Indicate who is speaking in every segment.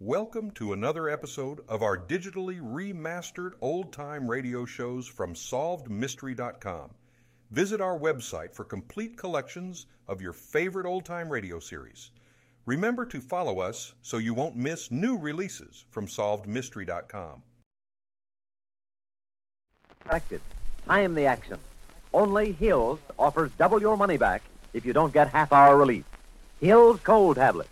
Speaker 1: Welcome to another episode of our digitally remastered old time radio shows from SolvedMystery.com. Visit our website for complete collections of your favorite old time radio series. Remember to follow us so you won't miss new releases from SolvedMystery.com.
Speaker 2: Acted. Time the action. Only Hills offers double your money back if you don't get half hour relief. Hills Cold Tablet.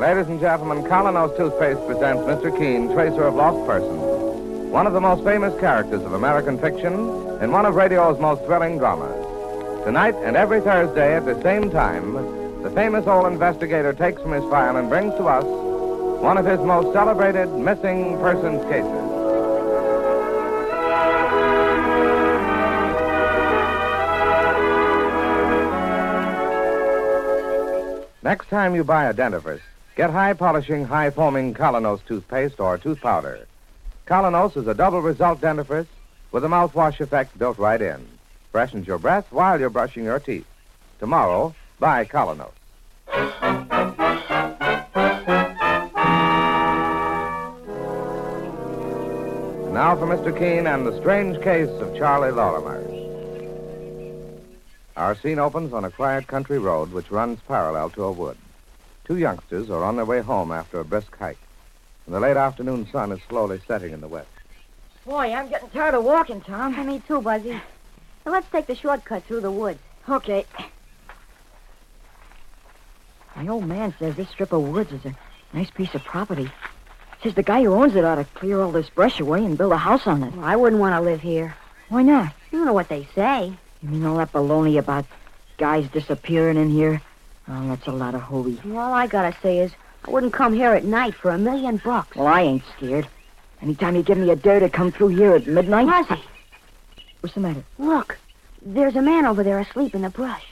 Speaker 3: Ladies and gentlemen, Colonos Toothpaste presents Mr. Keene, Tracer of Lost Persons, one of the most famous characters of American fiction and one of radio's most thrilling dramas. Tonight and every Thursday at the same time, the famous old investigator takes from his file and brings to us one of his most celebrated missing persons cases. Next time you buy a dentifrice, get high polishing, high foaming Colonos toothpaste or tooth powder. Colonos is a double result dentifrice with a mouthwash effect built right in. Freshens your breath while you're brushing your teeth. Tomorrow, buy Colonos. And Now for Mr. Keene and the strange case of Charlie Lorimer. Our scene opens on a quiet country road which runs parallel to a wood. Two youngsters are on their way home after a brisk hike, and the late afternoon sun is slowly setting in the west.
Speaker 4: Boy, I'm getting tired of walking, Tom.
Speaker 5: Yeah, Me too, Buzzy. Now let's take the shortcut through the woods.
Speaker 4: Okay. My old man says this strip of woods is a nice piece of property. Says the guy who owns it ought to clear all this brush away and build a house on it.
Speaker 5: Well, I wouldn't want to live here.
Speaker 4: Why not?
Speaker 5: You know what they say.
Speaker 4: You mean all that baloney about guys disappearing in here? Oh, that's a lot of hooey.
Speaker 5: And all I gotta say is, I wouldn't come here at night for a million bucks.
Speaker 4: Well, I ain't scared. Anytime you give me a dare to come through here at midnight.
Speaker 5: Buzzy,
Speaker 4: What's the matter?
Speaker 5: look. There's a man over there asleep in the brush.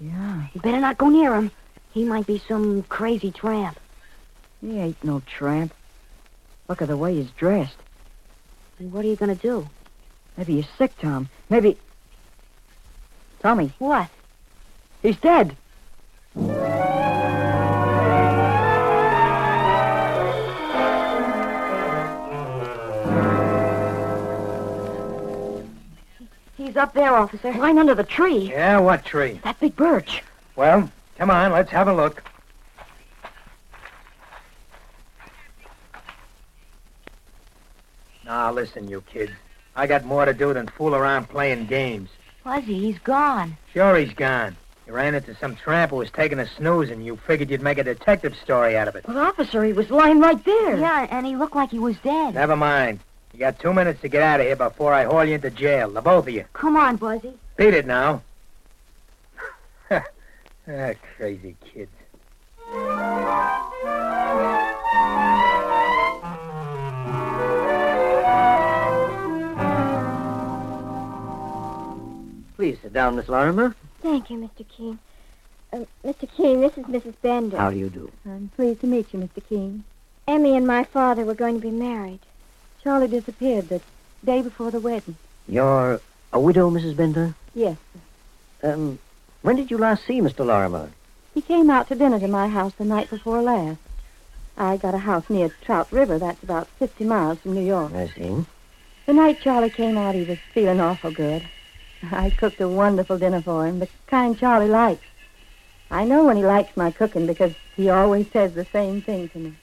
Speaker 4: Yeah.
Speaker 5: You better not go near him. He might be some crazy tramp.
Speaker 4: He ain't no tramp. Look at the way he's dressed.
Speaker 5: And what are you gonna do?
Speaker 4: Maybe he's sick, Tom. Maybe. Tommy.
Speaker 5: What?
Speaker 4: He's dead.
Speaker 5: He's up there, officer.
Speaker 4: Lying under the tree.
Speaker 6: Yeah, what tree?
Speaker 4: That big birch.
Speaker 6: Well, come on, let's have a look. Now, listen, you kids. I got more to do than fool around playing games.
Speaker 5: Buzzy, he's gone.
Speaker 6: Sure, he's gone. You ran into some tramp who was taking a snooze, and you figured you'd make a detective story out of it.
Speaker 4: Well, officer, he was lying right there.
Speaker 5: Yeah, and he looked like he was dead.
Speaker 6: Never mind. You got two minutes to get out of here before I haul you into jail, the both of you.
Speaker 5: Come on, Buzzy.
Speaker 6: Beat it now. ah, crazy kids.
Speaker 7: Please sit down, Miss Lorimer.
Speaker 8: Thank you, Mr. Keene. Uh, Mr. Keene, this is Mrs. Bender.
Speaker 7: How do you do?
Speaker 8: I'm pleased to meet you, Mr. Keene. Emmy and my father were going to be married. Charlie disappeared the day before the wedding.
Speaker 7: You're a widow, Mrs. Bender?
Speaker 8: Yes.
Speaker 7: Um, when did you last see Mr. Lorimer?
Speaker 8: He came out to dinner to my house the night before last. I got a house near Trout River. That's about 50 miles from New York.
Speaker 7: I see.
Speaker 8: The night Charlie came out, he was feeling awful good. I cooked a wonderful dinner for him, the kind Charlie likes. I know when he likes my cooking because he always says the same thing to me.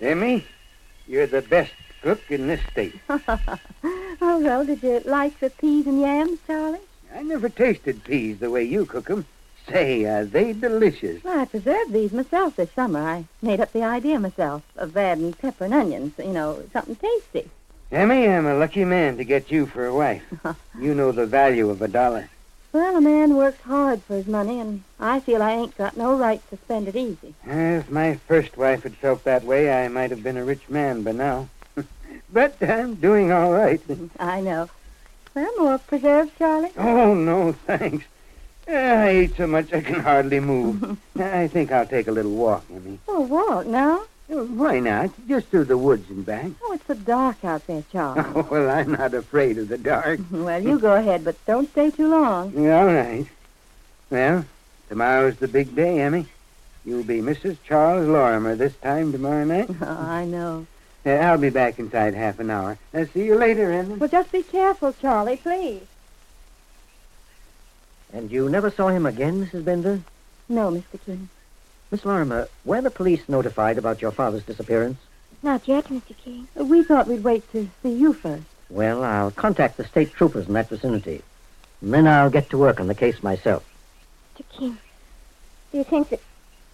Speaker 9: Emmy, you're the best cook in this state.
Speaker 8: oh, well, did you like the peas and yams, Charlie?
Speaker 9: I never tasted peas the way you cook 'em. Say, are they delicious?
Speaker 8: Well, I preserved these myself this summer. I made up the idea myself of adding pepper and onions, you know, something tasty.
Speaker 9: Emmy, I'm a lucky man to get you for a wife. You know the value of a dollar.
Speaker 8: Well, a man works hard for his money, and I feel I ain't got no right to spend it easy.
Speaker 9: If my first wife had felt that way, I might have been a rich man by now. but I'm doing all right.
Speaker 8: I know. Well, more preserves, Charlie?
Speaker 9: Oh, no, thanks. Uh, I ate so much I can hardly move. I think I'll take a little walk, Emmy.
Speaker 8: Oh, walk, no?
Speaker 9: Why not? Just through the woods and back.
Speaker 8: Oh, it's so dark out there, Charlie.
Speaker 9: Oh, well, I'm not afraid of the dark.
Speaker 8: well, you go ahead, but don't stay too long.
Speaker 9: Yeah, all right. Well, tomorrow's the big day, Emmy. You'll be Mrs. Charles Lorimer this time tomorrow night.
Speaker 8: Oh, I know.
Speaker 9: Uh, I'll be back inside half an hour. Uh, see you later, Emmy.
Speaker 8: Well, just be careful, Charlie, please.
Speaker 7: And you never saw him again, Mrs. Bender?
Speaker 8: No, Mr. King.
Speaker 7: Miss Lorimer, were the police notified about your father's disappearance?
Speaker 5: Not yet, Mr. King.
Speaker 8: We thought we'd wait to see you first.
Speaker 7: Well, I'll contact the state troopers in that vicinity. And then I'll get to work on the case myself.
Speaker 5: Mr. King, do you think that,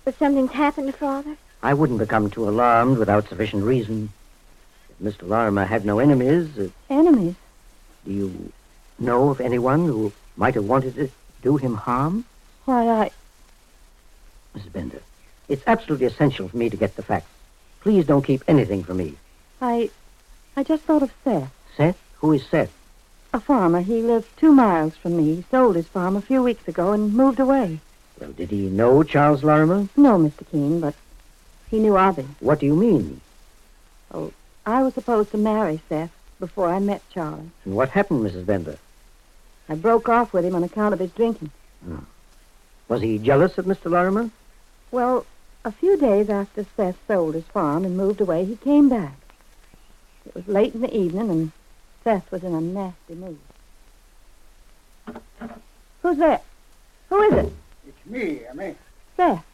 Speaker 5: that something's happened to Father?
Speaker 7: I wouldn't become too alarmed without sufficient reason. If Mr. Lorimer had no enemies, uh,
Speaker 8: Enemies?
Speaker 7: do you know of anyone who might have wanted to do him harm?
Speaker 8: Why, I...
Speaker 7: Mrs. Bender, it's absolutely essential for me to get the facts. Please don't keep anything from me.
Speaker 8: I... I just thought of Seth,
Speaker 7: Seth? Who is Seth?
Speaker 8: a farmer. He lives two miles from me. He sold his farm a few weeks ago and moved away.
Speaker 7: Well, did he know Charles Lorimer?
Speaker 8: No, Mr. Keene, but he knew of him.
Speaker 7: What do you mean?
Speaker 8: I was supposed to marry Seth before I met Charlie.
Speaker 7: And what happened, Mrs. Bender?
Speaker 8: I broke off with him on account of his drinking.
Speaker 7: Was he jealous of Mr. Lorimer?
Speaker 8: Well, a few days after Seth sold his farm and moved away, he came back. It was late in the evening, and Seth was in a nasty mood. Who's there? Who is it?
Speaker 9: It's me, Emmy.
Speaker 8: Seth.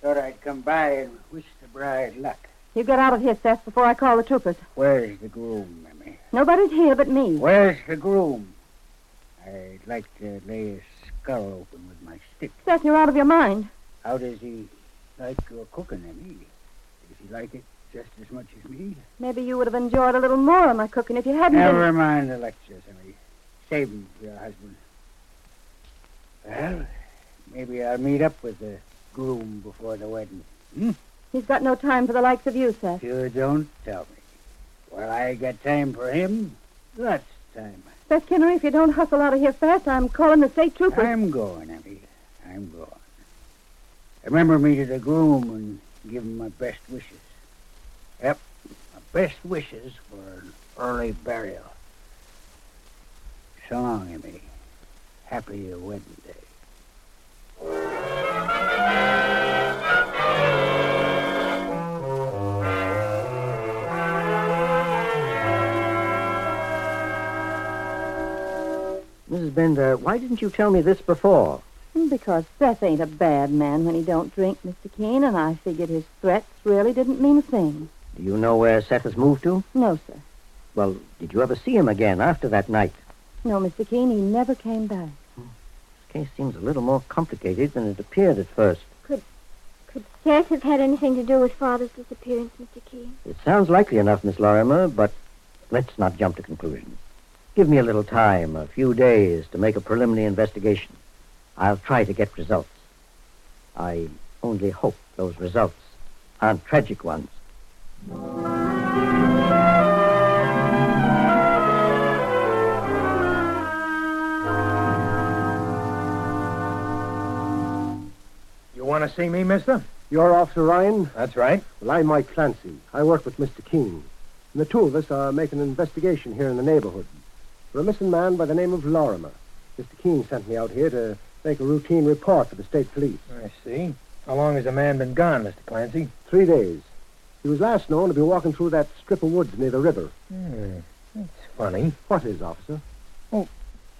Speaker 9: Thought I'd come by and wish the bride luck.
Speaker 8: You get out of here, Seth, before I call the troopers.
Speaker 9: Where's the groom, Emmy?
Speaker 8: Nobody's here but me.
Speaker 9: Where's the groom? I'd like to lay his skull open with my stick.
Speaker 8: Seth, you're out of your mind.
Speaker 9: How does he like your cooking, Emmy? Does he like it just as much as me?
Speaker 8: Maybe you would have enjoyed a little more of my cooking if you hadn't been-
Speaker 9: Never mind the lectures, Emmy. Save them for your husband. Well, maybe I'll meet up with the groom before the wedding.
Speaker 8: He's got no time for the likes of you, Seth.
Speaker 9: You don't tell me. Well, I got time for him. Lots of time.
Speaker 8: Seth Kinnery, if you don't hustle out of here fast, I'm calling the state troopers.
Speaker 9: I'm going, Emmy. I'm going. Remember me to the groom and give him my best wishes. Yep, my best wishes for an early burial. So long, Emmy. Happy wedding day.
Speaker 7: Mrs. Bender, why didn't you tell me this before?
Speaker 8: Mm, Because Seth ain't a bad man when he don't drink, Mr. Keene, and I figured his threats really didn't mean a thing.
Speaker 7: Do you know where Seth has moved to?
Speaker 8: No, sir.
Speaker 7: Well, did you ever see him again after that night?
Speaker 8: No, Mr. Keene, he never came back.
Speaker 7: This case seems a little more complicated than it appeared at first.
Speaker 5: Could Seth have had anything to do with Father's disappearance, Mr. King?
Speaker 7: It sounds likely enough, Miss Lorimer, but let's not jump to conclusions. Give me a little time, a few days, to make a preliminary investigation. I'll try to get results. I only hope those results aren't tragic ones.
Speaker 6: You want to see me, mister?
Speaker 10: You're Officer Ryan?
Speaker 6: That's right.
Speaker 10: Well, I'm Mike Clancy. I work with Mr. King. And the two of us are making an investigation here in the neighborhood. For a missing man by the name of Lorimer. Mr. King sent me out here to make a routine report for the state police.
Speaker 6: I see. How long has the man been gone, Mr. Clancy?
Speaker 10: Three days. He was last known to be walking through that strip of woods near the river.
Speaker 6: Hmm. That's funny.
Speaker 10: What is, officer?
Speaker 6: Oh,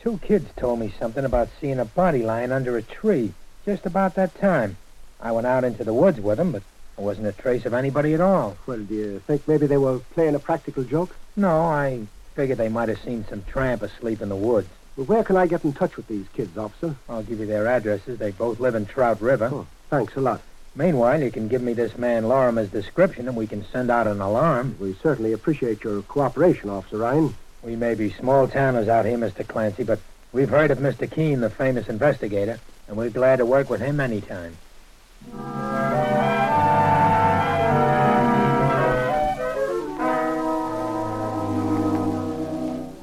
Speaker 6: Two kids told me something about seeing a body lying under a tree just about that time. I went out into the woods with them, but there wasn't a trace of anybody at all.
Speaker 10: Well, do you think maybe they were playing a practical joke?
Speaker 6: No, I figured they might have seen some tramp asleep in the woods.
Speaker 10: Well, where can I get in touch with these kids, officer?
Speaker 6: I'll give you their addresses. They both live in Trout River.
Speaker 10: Oh. Thanks a lot.
Speaker 6: Meanwhile, you can give me this man Lorimer's description, and we can send out an alarm.
Speaker 10: We certainly appreciate your cooperation, Officer Ryan.
Speaker 6: We may be small towners out here, Mr. Clancy, but we've heard of Mr. Keene, the famous investigator, and we're glad to work with him any time.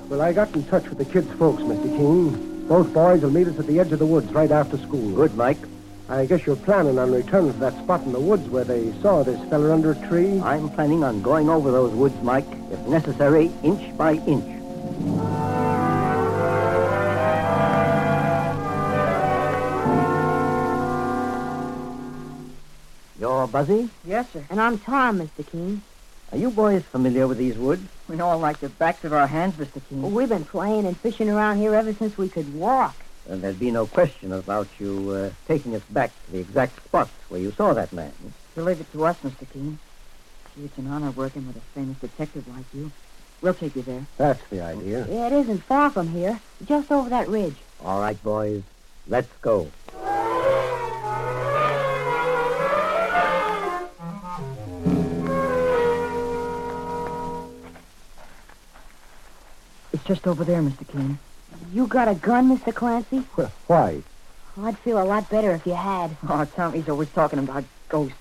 Speaker 10: Well, I got in touch with the kids' folks, Mr. King. Both boys will meet us at the edge of the woods right after school.
Speaker 7: Good, Mike.
Speaker 11: I guess you're planning on returning to that spot in the woods where they saw this feller under a tree?
Speaker 7: I'm planning on going over those woods, Mike, if necessary, inch by inch. You're Buzzy?
Speaker 8: Yes, sir. And I'm Tom, Mr. Keene.
Speaker 7: Are you boys familiar with these woods?
Speaker 8: We know them like the backs of our hands, Mr. Keene. we've been playing and fishing around here ever since we could walk.
Speaker 7: And there'd be no question about you uh, taking us back to the exact spots where you saw that man.
Speaker 8: You leave it to us, Mr. Keene. Gee, it's an honor working with a famous detective like you. We'll take you there.
Speaker 7: That's the idea.
Speaker 8: Yeah, it isn't far from here. Just over that ridge.
Speaker 7: All right, boys, let's go.
Speaker 8: It's just over there, Mr. Keene. You got a gun, Mr. Clancy?
Speaker 11: Why?
Speaker 8: I'd feel a lot better if you had. Oh, Tommy's always talking about ghosts.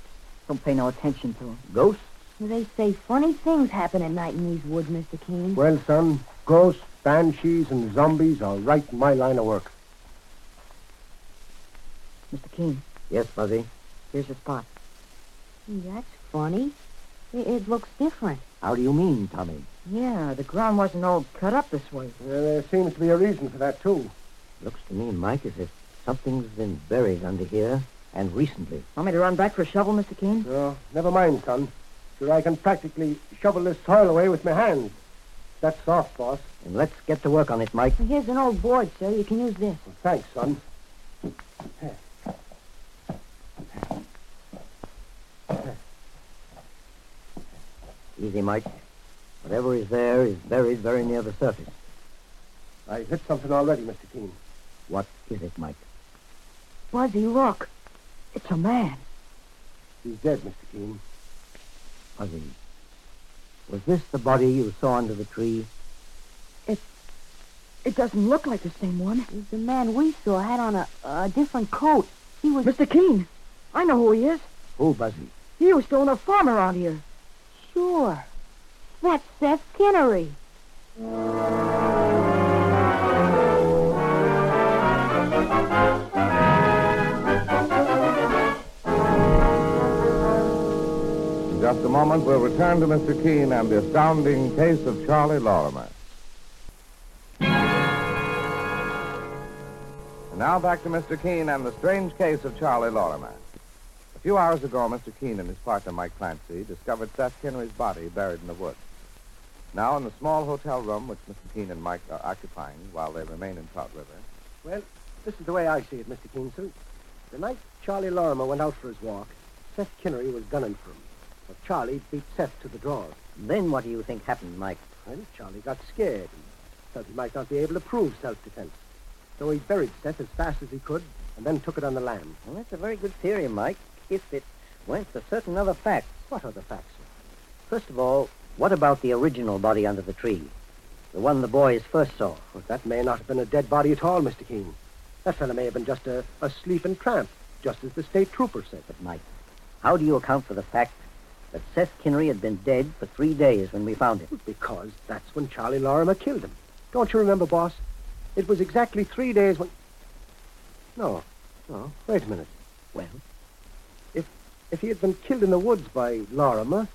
Speaker 8: Don't pay no attention to him.
Speaker 7: Ghosts?
Speaker 8: They say funny things happen at night in these woods, Mr. Keene.
Speaker 11: Well, son, ghosts, banshees, and zombies are right in my line of work.
Speaker 8: Mr. Keene,
Speaker 7: Yes, Buzzy?
Speaker 8: here's the spot.
Speaker 12: That's funny.
Speaker 8: It, it looks different.
Speaker 7: How do you mean, Tommy?
Speaker 8: Yeah, the ground wasn't all cut up this way.
Speaker 11: Well, there seems to be a reason for that, too.
Speaker 7: Looks to me, Mike, as if something's been buried under here, and recently.
Speaker 8: Want me to run back for a shovel, Mr. Keene?
Speaker 11: No, never mind, son. Sure, I can practically shovel this soil away with my hands. That's soft, boss.
Speaker 7: And let's get to work on it, Mike.
Speaker 8: Here's an old board, sir. You can use this.
Speaker 11: Thanks, son.
Speaker 7: Easy, Mike. Whatever is there is buried very near the surface.
Speaker 11: I hit something already, Mr. Keene.
Speaker 7: What is it, Mike?
Speaker 8: Buzzy, look. It's a man.
Speaker 11: He's dead, Mr. Keene.
Speaker 7: Fuzzy. Was this the body you saw under the tree?
Speaker 8: It doesn't look like the same one.
Speaker 12: The man we saw had on a, a different coat. He was.
Speaker 8: Mr. Keene, I know who he is.
Speaker 7: Who, Buzzy?
Speaker 8: He used to own a farm around here.
Speaker 12: Sure. That's Seth Kinnery.
Speaker 3: In just a moment, we'll return to Mr. Keene and the astounding case of Charlie Lorimer. And now back to Mr. Keene and the strange case of Charlie Lorimer. A few hours ago, Mr. Keene and his partner, Mike Clancy, discovered Seth Kennery's body buried in the woods. Now, in the small hotel room which Mr. Keene and Mike are occupying while they remain in Trout River,
Speaker 11: Well, this is the way I see it, Mr. Keenson. The night Charlie Lorimer went out for his walk, Seth Kinnery was gunning for him. But Charlie beat Seth to the draw.
Speaker 7: Then what do you think happened, Mike?
Speaker 11: Well, Charlie got scared and felt he might not be able to prove self-defense. So he buried Seth as fast as he could and then took it on the land.
Speaker 7: Well, that's a very good theory, Mike, if it went to certain other facts.
Speaker 11: What are the facts? sir?
Speaker 7: First of all, what about the original body under the tree? The one the boys first saw.
Speaker 11: Well, that may not have been a dead body at all, Mr. Keene. That fellow may have been just a, a sleeping tramp, just as the state trooper said.
Speaker 7: But, Mike, how do you account for the fact that Seth Kinnery had been dead for three days when we found him?
Speaker 11: Because that's when Charlie Lorimer killed him. Don't you remember, boss? It was exactly three days when. No, no. Wait a minute.
Speaker 7: Well?
Speaker 11: If he had been killed in the woods by Lorimer,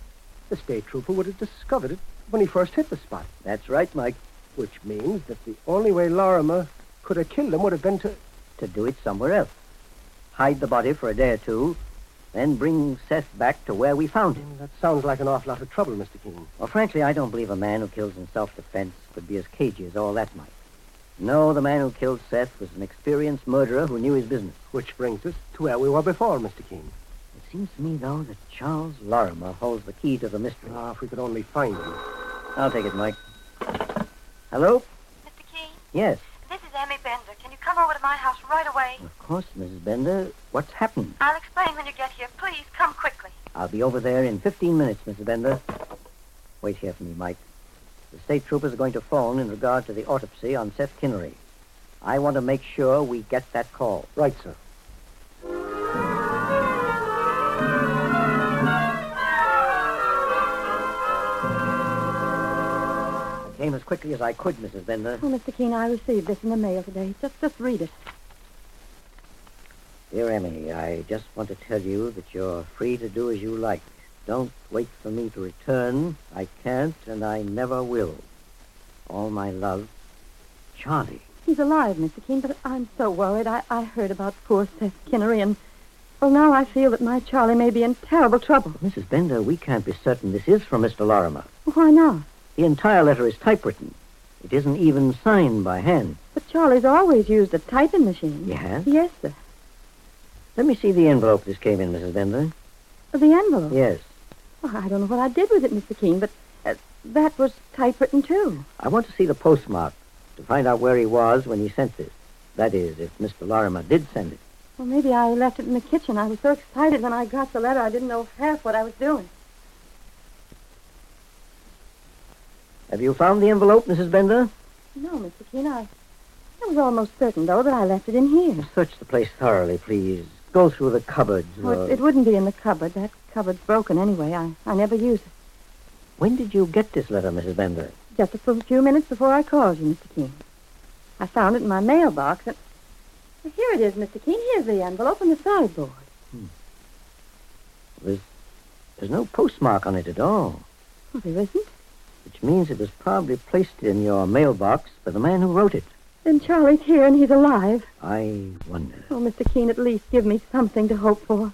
Speaker 11: the state trooper would have discovered it when he first hit the spot.
Speaker 7: That's right, Mike.
Speaker 11: Which means that the only way Lorimer could have killed him would have been to.
Speaker 7: To do it somewhere else. Hide the body for a day or two, then bring Seth back to where we found him.
Speaker 11: That sounds like an awful lot of trouble, Mr. King.
Speaker 7: Well, frankly, I don't believe a man who kills in self-defense could be as cagey as all that, Mike. No, the man who killed Seth was an experienced murderer who knew his business.
Speaker 11: Which brings us to where we were before, Mr. King.
Speaker 7: It seems to me, though, that Charles Lorimer holds the key to the mystery.
Speaker 11: Ah, if we could only find him.
Speaker 7: I'll take it, Mike. Hello?
Speaker 5: Mr. Keene,
Speaker 7: Yes,
Speaker 5: this is Emmy Bender. Can you come over to my house right away?
Speaker 7: of course, Mrs. Bender. What's happened?
Speaker 5: I'll explain when you get here. Please, come quickly.
Speaker 7: I'll be over there in 15 minutes, Mrs. Bender. Wait here for me, Mike. The state troopers are going to phone in regard to the autopsy on Seth Kinnery. I want to make sure we get that call.
Speaker 11: Right, sir.
Speaker 7: I came as quickly as I could, Mrs. Bender.
Speaker 13: Oh, Mr. Keene, I received this in the mail today. Just, just read it.
Speaker 7: Dear Emmy, I just want to tell you that you're free to do as you like. Don't wait for me to return. I can't, and I never will. All my love, Charlie.
Speaker 8: He's alive, Mr. Keene, but I'm so worried. I, I heard about poor Seth Kinnery, and, well, now I feel that my Charlie may be in terrible trouble.
Speaker 7: Mrs. Bender, we can't be certain this is from Mr. Lorimer.
Speaker 8: Why not?
Speaker 7: The entire letter is typewritten. It isn't even signed by hand.
Speaker 8: But Charlie's always used a typing machine.
Speaker 7: Yes?
Speaker 8: Yes, sir.
Speaker 7: Let me see the envelope this came in, Mrs. Bender.
Speaker 8: The envelope.
Speaker 7: Yes.
Speaker 8: Well, I don't know what I did with it, Mr. Keene, but uh, that was typewritten, too.
Speaker 7: I want to see the postmark to find out where he was when he sent this. That is, if Mr. Lorimer did send it.
Speaker 8: Well, maybe I left it in the kitchen. I was so excited when I got the letter, I didn't know half what I was doing.
Speaker 7: Have you found the envelope, Mrs. Bender?
Speaker 8: No, Mr. Keene, I, I was almost certain, though, that I left it in here.
Speaker 7: Search the place thoroughly, please. Go through the cupboards.
Speaker 8: Well,
Speaker 7: uh,
Speaker 8: it, it wouldn't be in the cupboard. That cupboard's broken anyway. I, I never use it.
Speaker 7: When did you get this letter, Mrs. Bender?
Speaker 8: Just a few- few minutes before I called you, Mr. Keene. I found it in my mailbox, and Well, here it is, Mr. Keene. Here's the envelope and the sideboard.
Speaker 7: There's, there's no postmark on it at all,
Speaker 8: Well, there isn't.
Speaker 7: which means it was probably placed in your mailbox by the man who wrote it.
Speaker 8: Then Charlie's here and he's alive.
Speaker 7: I wonder.
Speaker 8: Oh, Mr. Keene, at least give me something to hope for.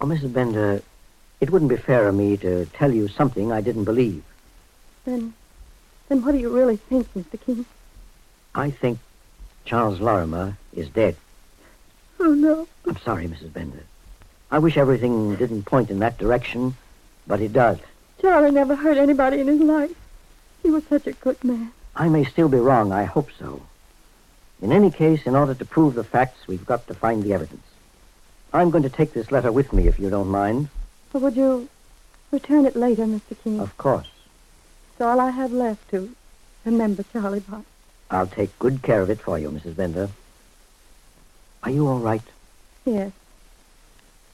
Speaker 7: Oh, Mrs. Bender, it wouldn't be fair of me to tell you something I didn't believe.
Speaker 8: Then, then what do you really think, Mr. Keene?
Speaker 7: I think Charles Lorimer is dead.
Speaker 8: Oh, no.
Speaker 7: I'm sorry, Mrs. Bender. I wish everything didn't point in that direction, but it does.
Speaker 8: Charlie never hurt anybody in his life. He was such a good man.
Speaker 7: I may still be wrong. I hope so. In any case, in order to prove the facts, we've got to find the evidence. I'm going to take this letter with me, if you don't mind.
Speaker 8: But would you return it later, Mr. Keene?
Speaker 7: Of course.
Speaker 8: It's all I have left to remember Charlie by.
Speaker 7: I'll take good care of it for you, Mrs. Bender. Are you all right?
Speaker 8: Yes.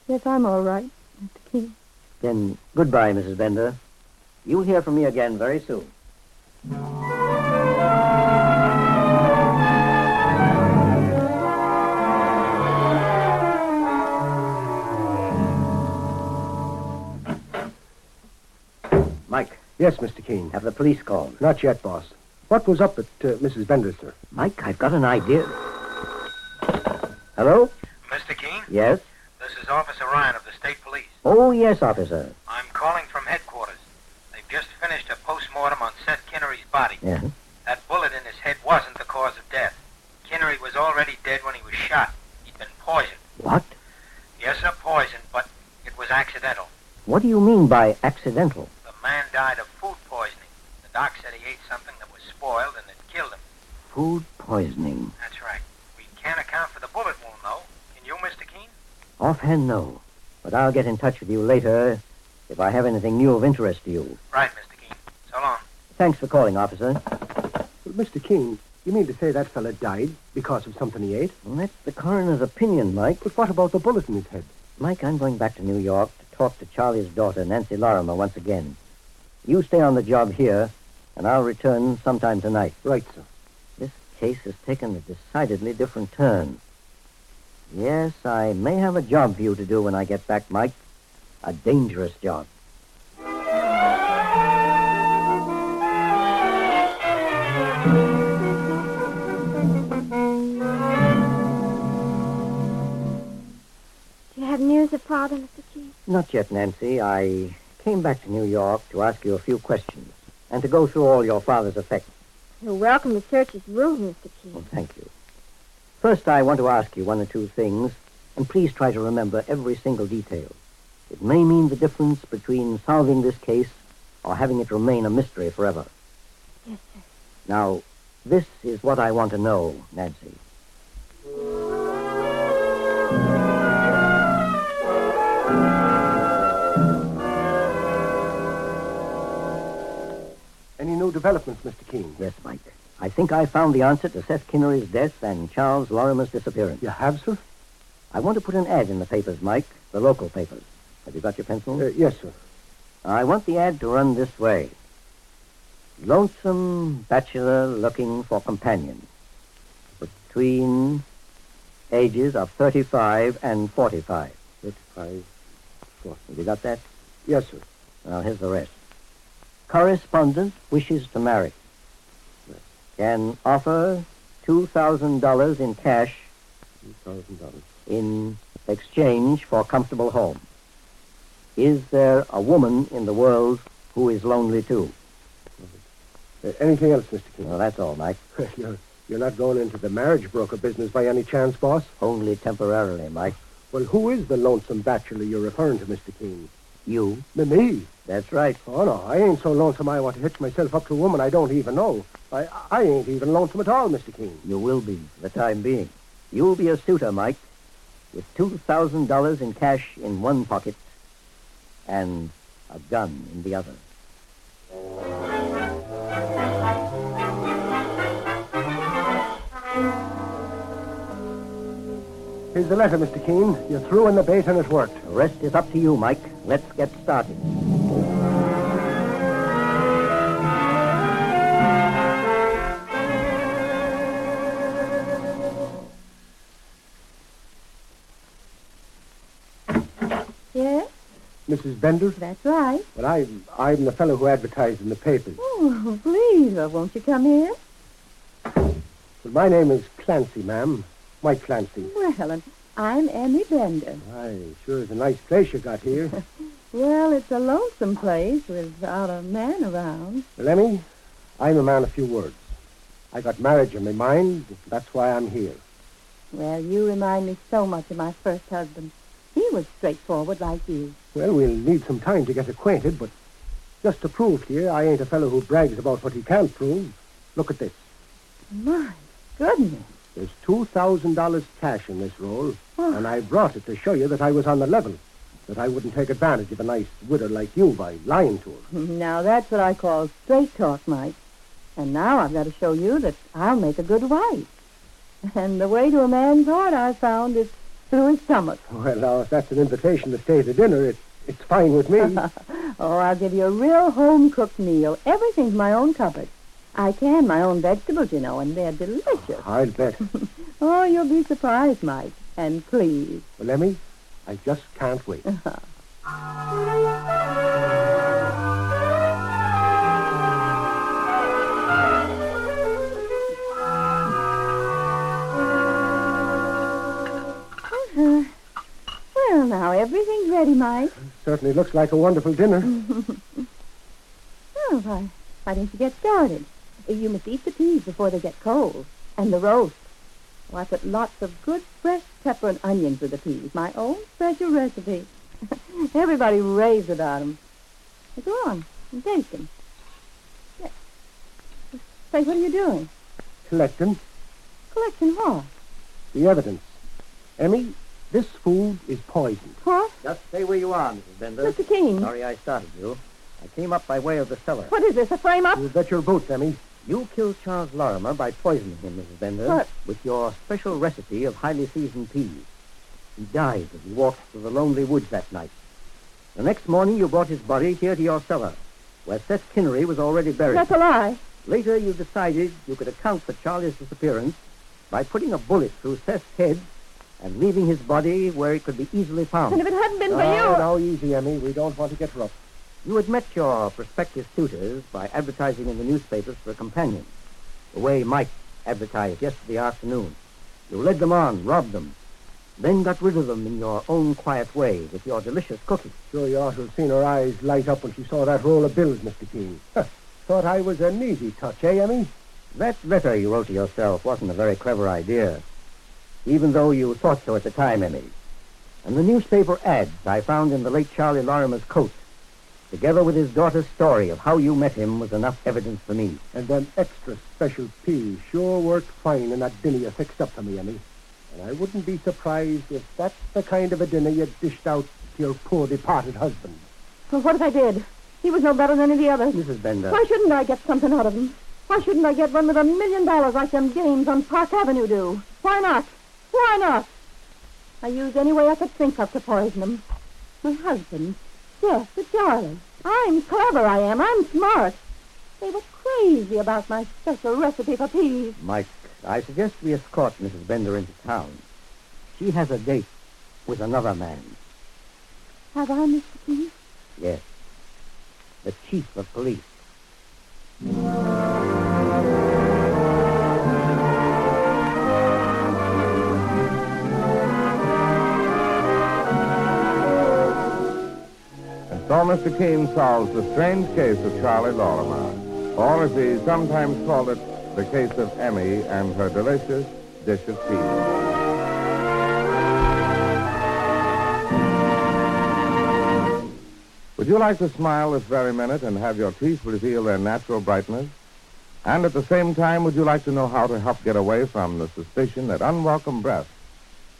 Speaker 8: Yes, I'm all right, Mr. Keene.
Speaker 7: Then goodbye, Mrs. Bender. You'll hear from me again very soon. Mike,
Speaker 10: Yes, Mr. Keene.
Speaker 7: have the police called.
Speaker 10: Not yet, boss. What was up at uh, Mrs. Bender's, sir?
Speaker 7: Mike, I've got an idea. Hello?
Speaker 14: Mr. Keene?
Speaker 7: Yes?
Speaker 14: This is Officer Ryan of the State Police.
Speaker 7: Oh, yes, officer.
Speaker 14: I'm calling from headquarters. They've just finished a postmortem on Seth Kinnery's body.
Speaker 7: Yeah.
Speaker 14: That bullet in his head wasn't the cause of death. Kinnery was already dead when he was shot. He'd been poisoned.
Speaker 7: What?
Speaker 14: Yes, sir, poisoned, but it was accidental.
Speaker 7: What do you mean by accidental?
Speaker 14: The man died of food poisoning. The doc said he ate something that was spoiled and it killed him.
Speaker 7: Food poisoning.
Speaker 14: That's right. We can't account for the bullet wound, though. Can you, Mr. Keene?
Speaker 7: Offhand, no. But I'll get in touch with you later if I have anything new of interest to you.
Speaker 14: Right, Mr. Keene. So long.
Speaker 7: Thanks for calling, officer.
Speaker 10: Mr. Keene, you mean to say that fella died because of something he ate?
Speaker 7: Well, Mm, that's the coroner's opinion, Mike.
Speaker 10: But what about the bullet in his head?
Speaker 7: Mike, I'm going back to New York to talk to Charlie's daughter, Nancy Lorimer, once again. You stay on the job here, and I'll return sometime tonight.
Speaker 10: Right, sir.
Speaker 7: This case has taken a decidedly different turn. Yes, I may have a job for you to do when I get back, Mike. A dangerous job.
Speaker 5: Do you have news of Father, Mr. Keene?
Speaker 7: Not yet, Nancy. I came back to New York to ask you a few questions and to go through all your father's effects.
Speaker 5: You're welcome to search his room, Mr. Keene.
Speaker 7: Well, thank you. First, I want to ask you one or two things, and please try to remember every single detail. It may mean the difference between solving this case or having it remain a mystery forever.
Speaker 5: Yes, sir.
Speaker 7: Now, this is what I want to know, Nancy.
Speaker 10: Any new developments, Mr. Keene?
Speaker 7: Yes, Mike. I think I found the answer to Seth Kinnery's death and Charles Lorimer's disappearance.
Speaker 10: You have, sir?
Speaker 7: I want to put an ad in the papers, Mike, the local papers. Have you got your pencil?
Speaker 10: Uh, yes, sir.
Speaker 7: I want the ad to run this way. Lonesome bachelor looking for companion. Between ages of 35 and 45.
Speaker 10: 35, 40.
Speaker 7: Have you got that?
Speaker 10: Yes, sir.
Speaker 7: Now, here's the rest. Correspondent wishes to marry. Can offer $2,000 in cash
Speaker 10: $2,000.
Speaker 7: in exchange for comfortable home. Is there a woman in the world who is lonely too?
Speaker 10: Uh, anything else, Mr. King?
Speaker 7: Well, that's all, Mike.
Speaker 10: you're, you're not going into the marriage broker business by any chance, boss?
Speaker 7: Only temporarily, Mike.
Speaker 10: Well, who is the lonesome bachelor you're referring to, Mr. Keene?
Speaker 7: You.
Speaker 10: Me- Me?
Speaker 7: That's right.
Speaker 10: Oh, no, I ain't so lonesome I want to hitch myself up to a woman I don't even know. I, I ain't even lonesome at all, Mr. Keene.
Speaker 7: You will be for the time being. You'll be a suitor, Mike, with $2,000 in cash in one pocket and a gun in the other.
Speaker 10: Here's the letter, Mr. Keene. You threw in the bait and it worked.
Speaker 7: The rest is up to you, Mike. Let's get started.
Speaker 8: Yes?
Speaker 10: Mrs. Bender?
Speaker 8: That's right.
Speaker 10: Well, I'm, I'm the fellow who advertised in the papers.
Speaker 8: Oh, please, uh, won't you come in?
Speaker 10: Well, my name is Clancy, ma'am. Mike Clancy.
Speaker 8: Well, and I'm Emmy Bender.
Speaker 10: Aye, sure is a nice place you got here.
Speaker 8: Well, it's a lonesome place without a man around.
Speaker 10: well, Emmy, I'm a man of few words. I got marriage in my mind. That's why I'm here.
Speaker 8: Well, you remind me so much of my first husband. He was straightforward like you.
Speaker 10: Well, we'll need some time to get acquainted, but just to prove to you I ain't a fellow who brags about what he can't prove, look at this.
Speaker 8: My goodness.
Speaker 10: There's $2,000 cash in this roll, and I brought it to show you that I was on the level, that I wouldn't take advantage of a nice widow like you by lying to her.
Speaker 8: Now, that's what I call straight talk, Mike. And now I've got to show you that I'll make a good wife. And the way to a man's heart, I found, is through his stomach.
Speaker 10: Well, now, if that's an invitation to stay to dinner, it, it's fine with me.
Speaker 8: Oh, I'll give you a real home-cooked meal. Everything's my own cupboard. I can my own vegetables, you know, and they're delicious.
Speaker 10: I'll bet.
Speaker 8: Oh, you'll be surprised, Mike. And please.
Speaker 10: Well, Emmy, I just can't wait.
Speaker 8: Uh, well, now everything's ready, Mike.
Speaker 10: Certainly looks like a wonderful dinner.
Speaker 8: Oh, why, why don't you get started? You must eat the peas before they get cold, and the roast. Well, I put lots of good fresh pepper and onions with the peas, my own special recipe. Everybody raves about 'em. Go on, and taste 'em. Yeah. Say, what are you doing?
Speaker 10: Collect 'em.
Speaker 8: Collecting what?
Speaker 10: The evidence. Emmy, this food is poisoned.
Speaker 8: What?
Speaker 7: Just stay where you are, Mrs. Bender.
Speaker 8: Mr. King.
Speaker 7: Sorry I started you. I came up by way of the cellar.
Speaker 8: What is this, a frame-up?
Speaker 10: You bet your boots, Emmy.
Speaker 7: You killed Charles Lorimer by poisoning him, Mrs. Bender,
Speaker 8: What?
Speaker 7: with your special recipe of highly seasoned peas. He died as he walked through the lonely woods that night. The next morning, you brought his body here to your cellar, where Seth Kinnery was already buried.
Speaker 8: That's a lie.
Speaker 7: Later, you decided you could account for Charlie's disappearance by putting a bullet through Seth's head and leaving his body where it could be easily found. Ah,
Speaker 8: And if it hadn't been for
Speaker 10: Now,
Speaker 8: you...
Speaker 10: now, easy, Emmy. We don't want to get rough.
Speaker 7: You had met your prospective suitors by advertising in the newspapers for a companion, the way Mike advertised yesterday afternoon. You led them on, robbed them, then got rid of them in your own quiet way with your delicious cooking.
Speaker 10: Sure, you ought to have seen her eyes light up when she saw that roll of bills, Mr. King. Thought I was an easy touch, eh, Emmy?
Speaker 7: That letter you wrote to yourself wasn't a very clever idea, even though you thought so at the time, Emmy. And the newspaper ads I found in the late Charlie Lorimer's coat, together with his daughter's story of how you met him, was enough evidence for me.
Speaker 10: And them extra special peas sure worked fine in that dinner you fixed up for me, Emmy. And I wouldn't be surprised if that's the kind of a dinner you dished out to your poor departed husband.
Speaker 8: Well, what if I did? He was no better than any other.
Speaker 7: Mrs. Bender.
Speaker 8: Why shouldn't I get something out of him? Why shouldn't I get one with a million dollars like them games on Park Avenue do? Why not? Why not? I used any way I could think of to poison him. My husband. Yes, the darling. I'm clever, I am. I'm smart. They were crazy about my special recipe for peas.
Speaker 7: Mike, I suggest we escort Mrs. Bender into town. She has a date with another man.
Speaker 5: Have I, Mr. Keene?
Speaker 7: Yes. The chief of police.
Speaker 3: And so Mr. Keene solves the strange case of Charlie Lorimer, or as he sometimes called it, the case of Emmy and her delicious dish of tea. Would you like to smile this very minute and have your teeth reveal their natural brightness? And at the same time, would you like to know how to help get away from the suspicion that unwelcome breath,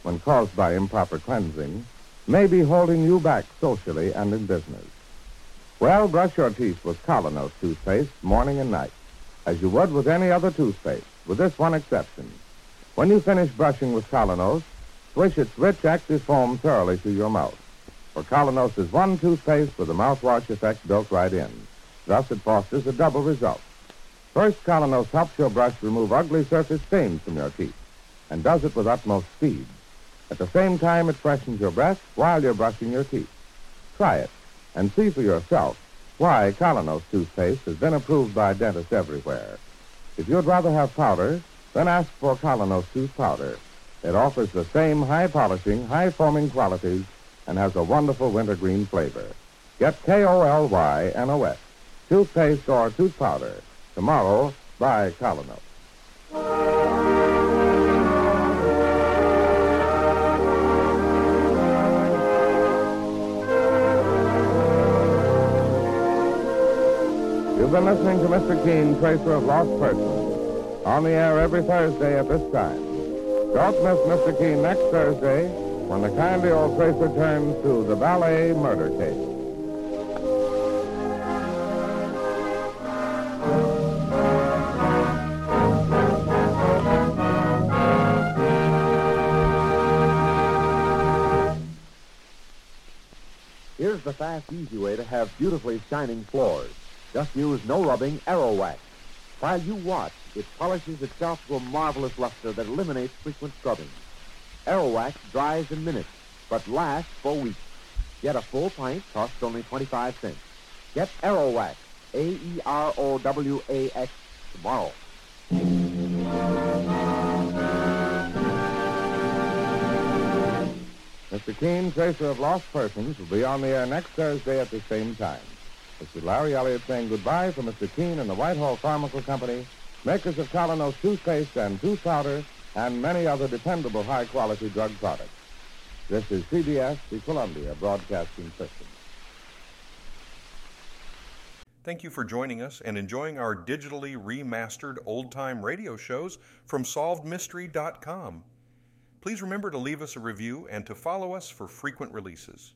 Speaker 3: when caused by improper cleansing, may be holding you back socially and in business. Well, brush your teeth with Colonos toothpaste morning and night, as you would with any other toothpaste, with this one exception. When you finish brushing with Colonos, swish its rich, active foam thoroughly through your mouth. For Colonos is one toothpaste with the mouthwash effect built right in. Thus, it fosters a double result. First, Colonos helps your brush remove ugly surface stains from your teeth, and does it with utmost speed. At the same time, it freshens your breath while you're brushing your teeth. Try it and see for yourself why Colonos toothpaste has been approved by dentists everywhere. If you'd rather have powder, then ask for Colonos tooth powder. It offers the same high polishing, high foaming qualities and has a wonderful wintergreen flavor. Get K-O-L-Y-N-O-S, toothpaste or tooth powder. Tomorrow, buy Colonos. You've been listening to Mr. Keene, Tracer of Lost Persons, on the air every Thursday at this time. Don't miss Mr. Keene next Thursday when the kindly old Tracer turns to the ballet murder case.
Speaker 15: Here's the fast, easy way to have beautifully shining floors. Just use no rubbing Aero Wax. While you watch, it polishes itself to a marvelous luster that eliminates frequent scrubbing. Aero Wax dries in minutes, but lasts for weeks. Get a full pint, costs only 25 cents. Get Aero Wax, E A-E-R-O-W-A-X, tomorrow.
Speaker 3: Mr. Keene, Tracer of Lost Persons, will be on the air next Thursday at the same time. This is Larry Elliott saying goodbye for Mr. Keene and the Whitehall Pharmaceutical Company, makers of Colonos toothpaste and tooth powder, and many other dependable high-quality drug products. This is CBS, the Columbia Broadcasting System.
Speaker 1: Thank you for joining us and enjoying our digitally remastered old time radio shows from SolvedMystery.com. Please remember to leave us a review and to follow us for frequent releases.